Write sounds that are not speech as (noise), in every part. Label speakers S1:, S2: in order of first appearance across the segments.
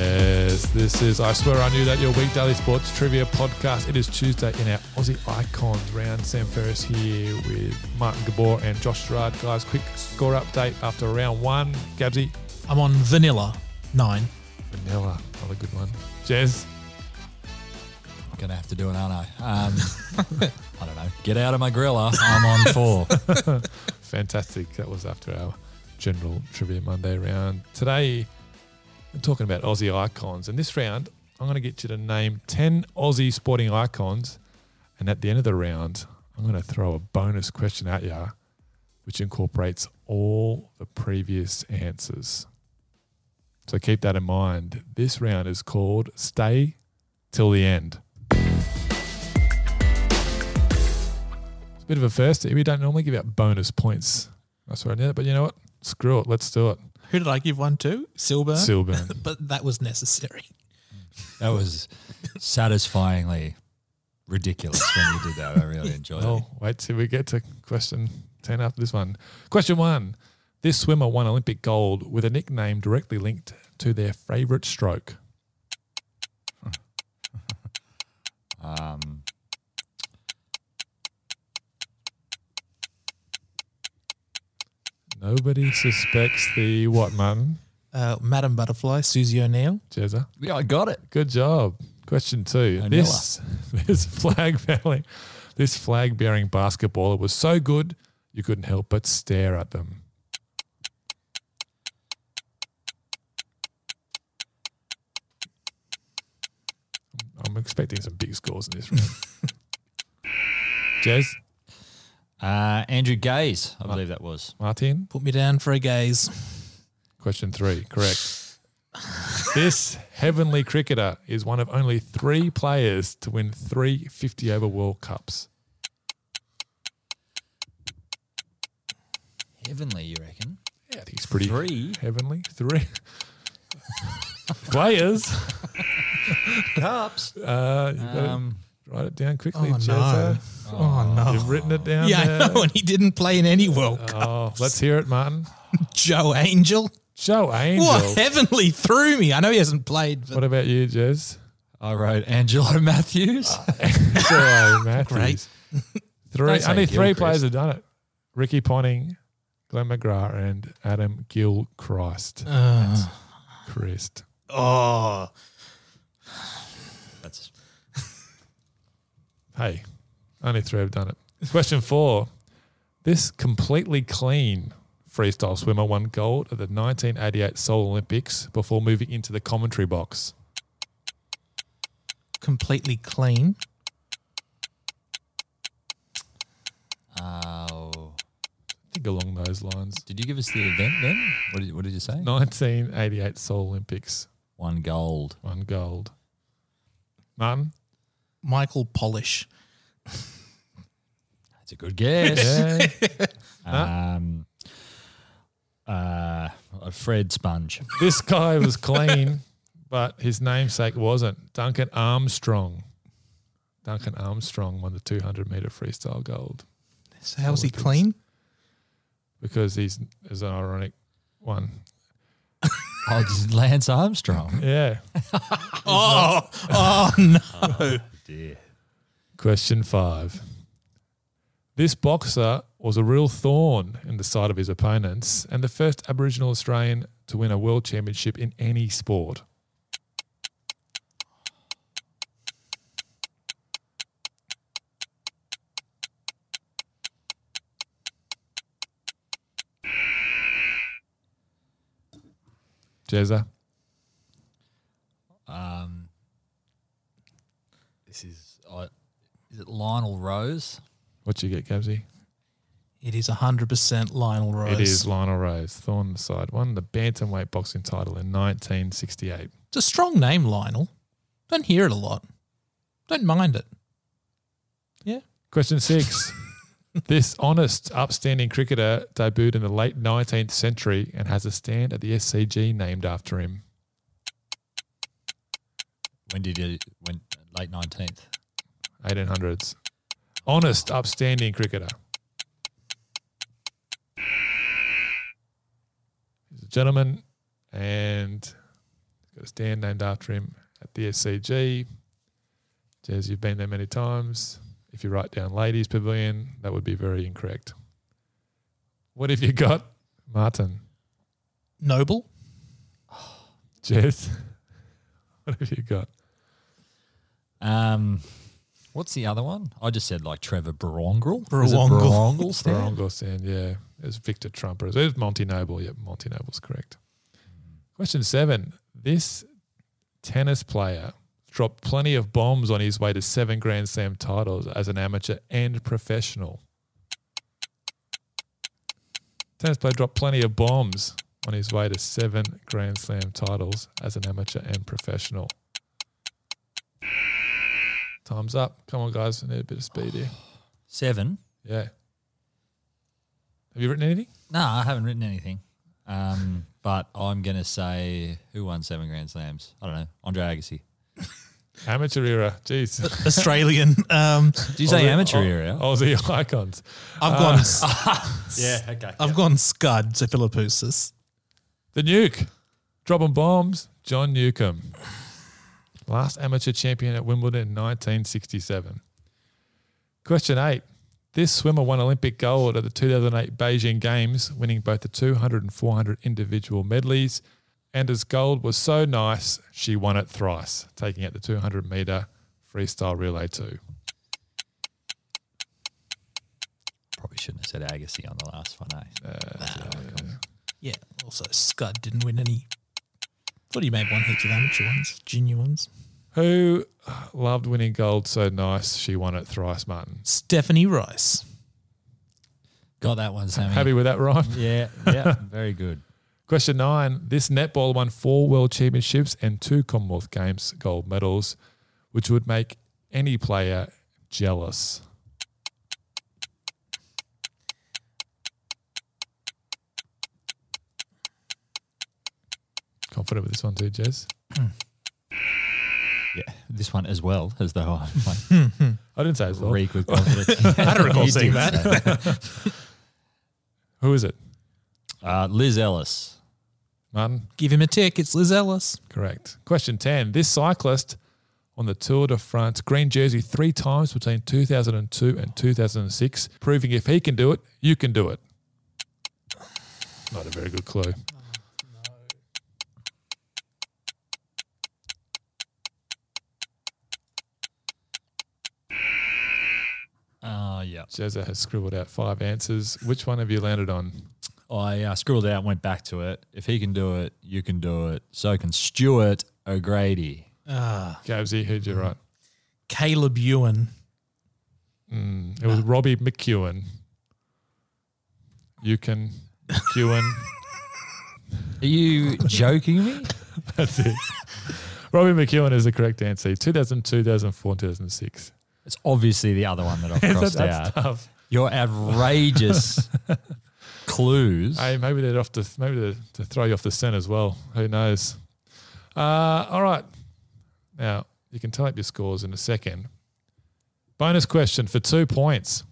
S1: guys. This is I Swear I Knew That, your week daily sports trivia podcast. It is Tuesday in our Aussie Icons round. Sam Ferris here with Martin Gabor and Josh Gerard. Guys, quick score update after round one. Gabsy,
S2: I'm on vanilla nine.
S1: vanilla, another good one. Jez,
S3: I'm gonna have to do it, aren't I? Um, (laughs) I don't know. Get out of my griller. I'm on four.
S1: fantastic. That was after our general trivia Monday round. Today, we're talking about Aussie icons. And this round, I'm going to get you to name 10 Aussie sporting icons. And at the end of the round, I'm going to throw a bonus question at you, which incorporates all the previous answers. So keep that in mind. This round is called Stay Till the End. It's a bit of a first. We don't normally give out bonus points. That's right, yeah. But you know what? Screw it. Let's do it.
S2: Who did I give one to? Silburn.
S1: Silburn.
S2: but that was necessary.
S3: That was satisfyingly ridiculous when you did that. I really enjoyed it.
S1: (laughs) Oh, wait till we get to question 10 after this one. Question one This swimmer won Olympic gold with a nickname directly linked to their favorite stroke.
S3: Um,
S1: Nobody suspects the what, Martin?
S2: Uh, Madam Butterfly, Susie O'Neill.
S1: Jezza.
S3: yeah, I got it.
S1: Good job. Question two.
S3: Vanilla.
S1: This, (laughs) this flag bearing, this flag bearing basketballer was so good you couldn't help but stare at them. I'm expecting some big scores in this round. Jez,
S3: Uh, Andrew Gaze, I believe that was.
S1: Martin.
S2: Put me down for a gaze.
S1: Question three, correct. this heavenly cricketer is one of only three players to win three 50 over World Cups.
S3: Heavenly, you reckon?
S1: Yeah, I think he's pretty
S3: Three?
S1: heavenly. Three (laughs) players.
S3: Cups.
S1: Uh, you gotta
S3: (laughs) Um,
S1: write it down quickly,
S2: Oh, no.
S1: Jezza.
S2: Oh, no.
S1: You've written it down.
S2: yeah,
S1: there.
S2: I know, and he didn't play in any World
S1: (laughs)
S2: Cup.
S1: Oh, let's hear it, Martin.
S2: Joe Angel.
S1: Joe Angel.
S2: What heavenly threw me. I know he hasn't played, but
S1: What about you,
S2: (laughs)
S1: Jez?
S3: I wrote Angelo (laughs) Matthews.
S1: Joe Matthews.
S2: Great.
S1: Three,
S3: Don't say
S1: only three
S3: Gilchrist.
S1: players have done it. Ricky Ponting, Glenn McGrath, and Adam Gilchrist.
S2: Uh.
S1: That's Christ.
S2: oh,
S3: That's
S1: Hey, only three have done it. Question four. This completely clean freestyle swimmer won gold at the 1988 Seoul Olympics before moving into the commentary box.
S2: completely clean.
S3: oh.
S1: Think along those lines.
S3: Did you give us the event then? What did, what did you say?
S1: 1988 Seoul Olympics
S3: One gold.
S1: won gold. Martin?
S2: Michael Polish.
S3: That's a good guess.
S1: Yeah.
S3: Um, uh, a Fred Sponge.
S1: this guy was clean, but his namesake wasn't. Duncan Armstrong. Duncan Armstrong won the 200 meter freestyle gold
S2: So how's he
S1: Olympics.
S2: clean?
S1: because he's is an ironic one.
S3: Oh, this is (laughs) Lance Armstrong.
S1: Yeah.
S2: (laughs) Oh, oh no.
S3: Dear.
S1: Question five. This boxer was a real thorn in the side of his opponents and the first Aboriginal Australian to win a world championship in any sport. Jezza.
S3: Um, this is. I is it Lionel Rose?
S1: What you get, Gabsy?
S2: It is 100% Lionel Rose.
S1: It is Lionel Rose, thorn in the side. Won the bantamweight boxing title in 1968.
S2: It's a strong name, Lionel. Don't hear it a lot. Don't mind it. Yeah.
S1: Question six. this honest, upstanding cricketer debuted in the late 19th century and has a stand at the SCG named after him.
S3: When did you? When late nineteenth?
S1: 1800s. Honest, upstanding cricketer. He's a gentleman and He's got a stand named after him at the SCG. Jez, you've been there many times. If you write down Ladies Pavilion, that would be very incorrect. What have you got, Martin?
S2: Noble.
S1: (laughs) Jez, (laughs) what have you got?
S3: Um, what's the other one? I just said like Trevor Barongrel.
S2: Brouwangle.
S3: Barongrel
S1: (laughs)
S3: (laughs) stand?
S1: Barongo stand, yeah. It was Victor Trumper. It was Monty Noble. Yep, Monty Noble's correct. Question seven. This tennis player dropped plenty of bombs on his way to seven Grand Slam titles as an amateur and professional. Tennis player dropped plenty of bombs on his way to seven Grand Slam titles as an amateur and professional. Time's up. Come on, guys. We need a bit of speed here.
S3: Seven.
S1: Yeah. Have you written anything?
S3: No, I haven't written anything. Um, but I'm gonna say who won seven Grand Slams? I don't know. Andre Agassi.
S1: Amateur era. Jeez.
S3: (laughs)
S2: Australian. Um,
S3: Did you say
S1: Aussie-
S3: amateur
S1: Au-
S3: era?
S1: Aussie icons. Um,
S2: I've gone. (laughs)
S3: yeah. Okay.
S2: I've gone Scud to Philippoussis.
S1: The Nuke. Dropping bombs. John Newcomb. Last amateur champion at Wimbledon in 1967. Question eight. This swimmer won Olympic gold at the 2008 Beijing Games, winning both the 200 and 400 individual medleys. And as gold was so nice, she won it thrice, taking out the 200 meter freestyle relay too.
S3: Probably shouldn't have said Agassi on the last one. Eh?
S1: Uh,
S2: Yeah. Also, Scud didn't win any. Thought he made one heap of amateur ones, junior ones.
S1: Who loved winning gold so nice she won it thrice, Martin?
S2: Stephanie Rice.
S3: Got that one, Sammy. (laughs)
S1: Happy with that rhyme?
S3: Yeah. Yeah. very good.
S1: Question nine. This netballer won four world championships and two Commonwealth Games gold medals, which would make any player jealous. Confident with this one too, Jez?
S3: Yeah. This one as well as (laughs) though I'm like
S1: I didn't say as well.
S3: reek with (laughs) confidence.
S2: I don't recall
S3: You
S2: seeing
S3: did
S2: that.
S3: say
S1: Who is it?
S3: (laughs) Uh, Liz Ellis.
S1: Martin?
S2: Give him a tick. It's Liz Ellis.
S1: Correct. Question 10. This cyclist on the Tour de France green jersey three times between 2002 and 2006, proving if he can do it, you can do it. Not a very good clue.
S3: Uh, yeah.
S1: Jezza has scribbled out five answers. Which one have you landed on?
S3: I uh, scrolled out, went back to it. If he can do it, you can do it. So can Stuart O'Grady.
S1: Gabsy, who'd you write?
S2: Ah, Caleb Ewan.
S1: Hmm, It was Robbie McEwen. You can, McEwen.
S3: Are you joking me?
S1: That's it. Robbie McEwen is the correct answer. 2002, 2004, 2006.
S3: (laughs) It's obviously the other (laughs) one that I've crossed
S1: That's
S3: out.
S1: tough.
S3: Your (laughs) outrageous clues.
S1: Hey, maybe they're off to maybe to, to throw you off the scent as well. Who knows? Uh, all right. Now you can type your scores in a second. Bonus question for two points.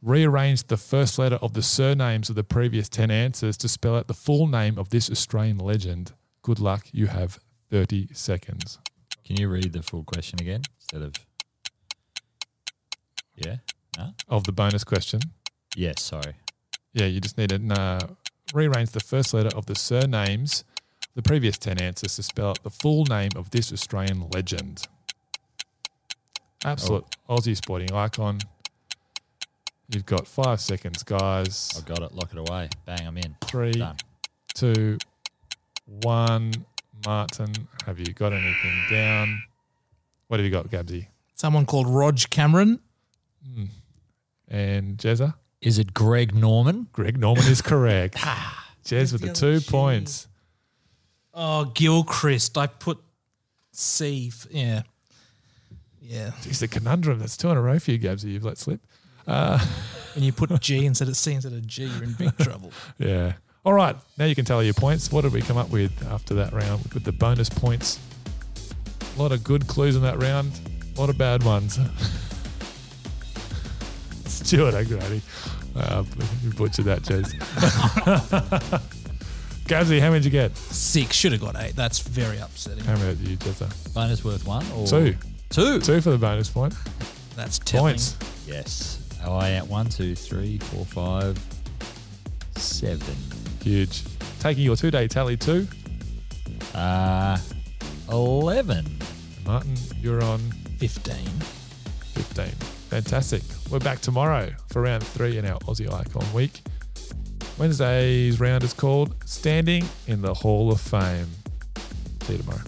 S1: Rearrange the first letter of the surnames of the previous ten answers to spell out the full name of this Australian legend. Good luck. You have thirty seconds.
S3: Can you read the full question again instead of? Yeah. No?
S1: Of the bonus question,
S3: Yes. Sorry.
S1: yeah, you just need to uh, rearrange the first letter of the surnames, the previous 10 answers to spell out the full name of this Australian legend. Absolute Aussie sporting icon. You've got five seconds,
S3: I
S1: guys.
S3: got it. Lock it away. Bang. I'm in.
S1: Three,
S3: Done.
S1: two, one. Martin, have you got anything down? What have you got, Gabsy?
S2: Someone called Rog Cameron.
S1: And Jezza?
S3: Is it Greg Norman?
S1: Greg Norman is correct. Jez with the two points.
S2: Oh, Gilchrist. I put C. F- yeah. Yeah.
S1: It's a conundrum. That's two in a row for you, Gabsy. You've let slip.
S2: When you put
S3: (laughs)
S2: G instead of C instead of G, you're in big trouble.
S1: Yeah. All right. Now you can tally your points. What did we come up with after that round? We got the bonus points. A lot of good clues in that round. A lot of bad ones. (laughs) Stuart O'Grady. Uh, you butchered that, Jez. (laughs) Gabsy, how many did you get?
S2: Six. Should have got eight. That's very upsetting.
S1: How many did you get?
S3: Bonus worth one or
S1: Two.
S3: Two.
S1: Two for the bonus point.
S2: That's telling.
S1: Points.
S3: Yes. How I at one, two, three, four, five, seven.
S1: Huge. Taking your two day tally too.
S3: Uh, eleven.
S1: Martin, you're on
S2: Fifteen.
S1: 15. Fantastic. We're back tomorrow for round three in our Aussie Icon Week. Wednesday's round is called Standing in the Hall of Fame. See you tomorrow.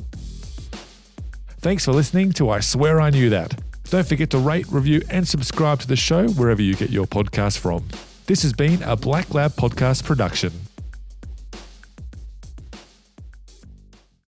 S1: Thanks for listening to I Swear I Knew That. Don't forget to rate, review, and subscribe to the show wherever you get your podcast from. This has been a Black Lab Podcast production.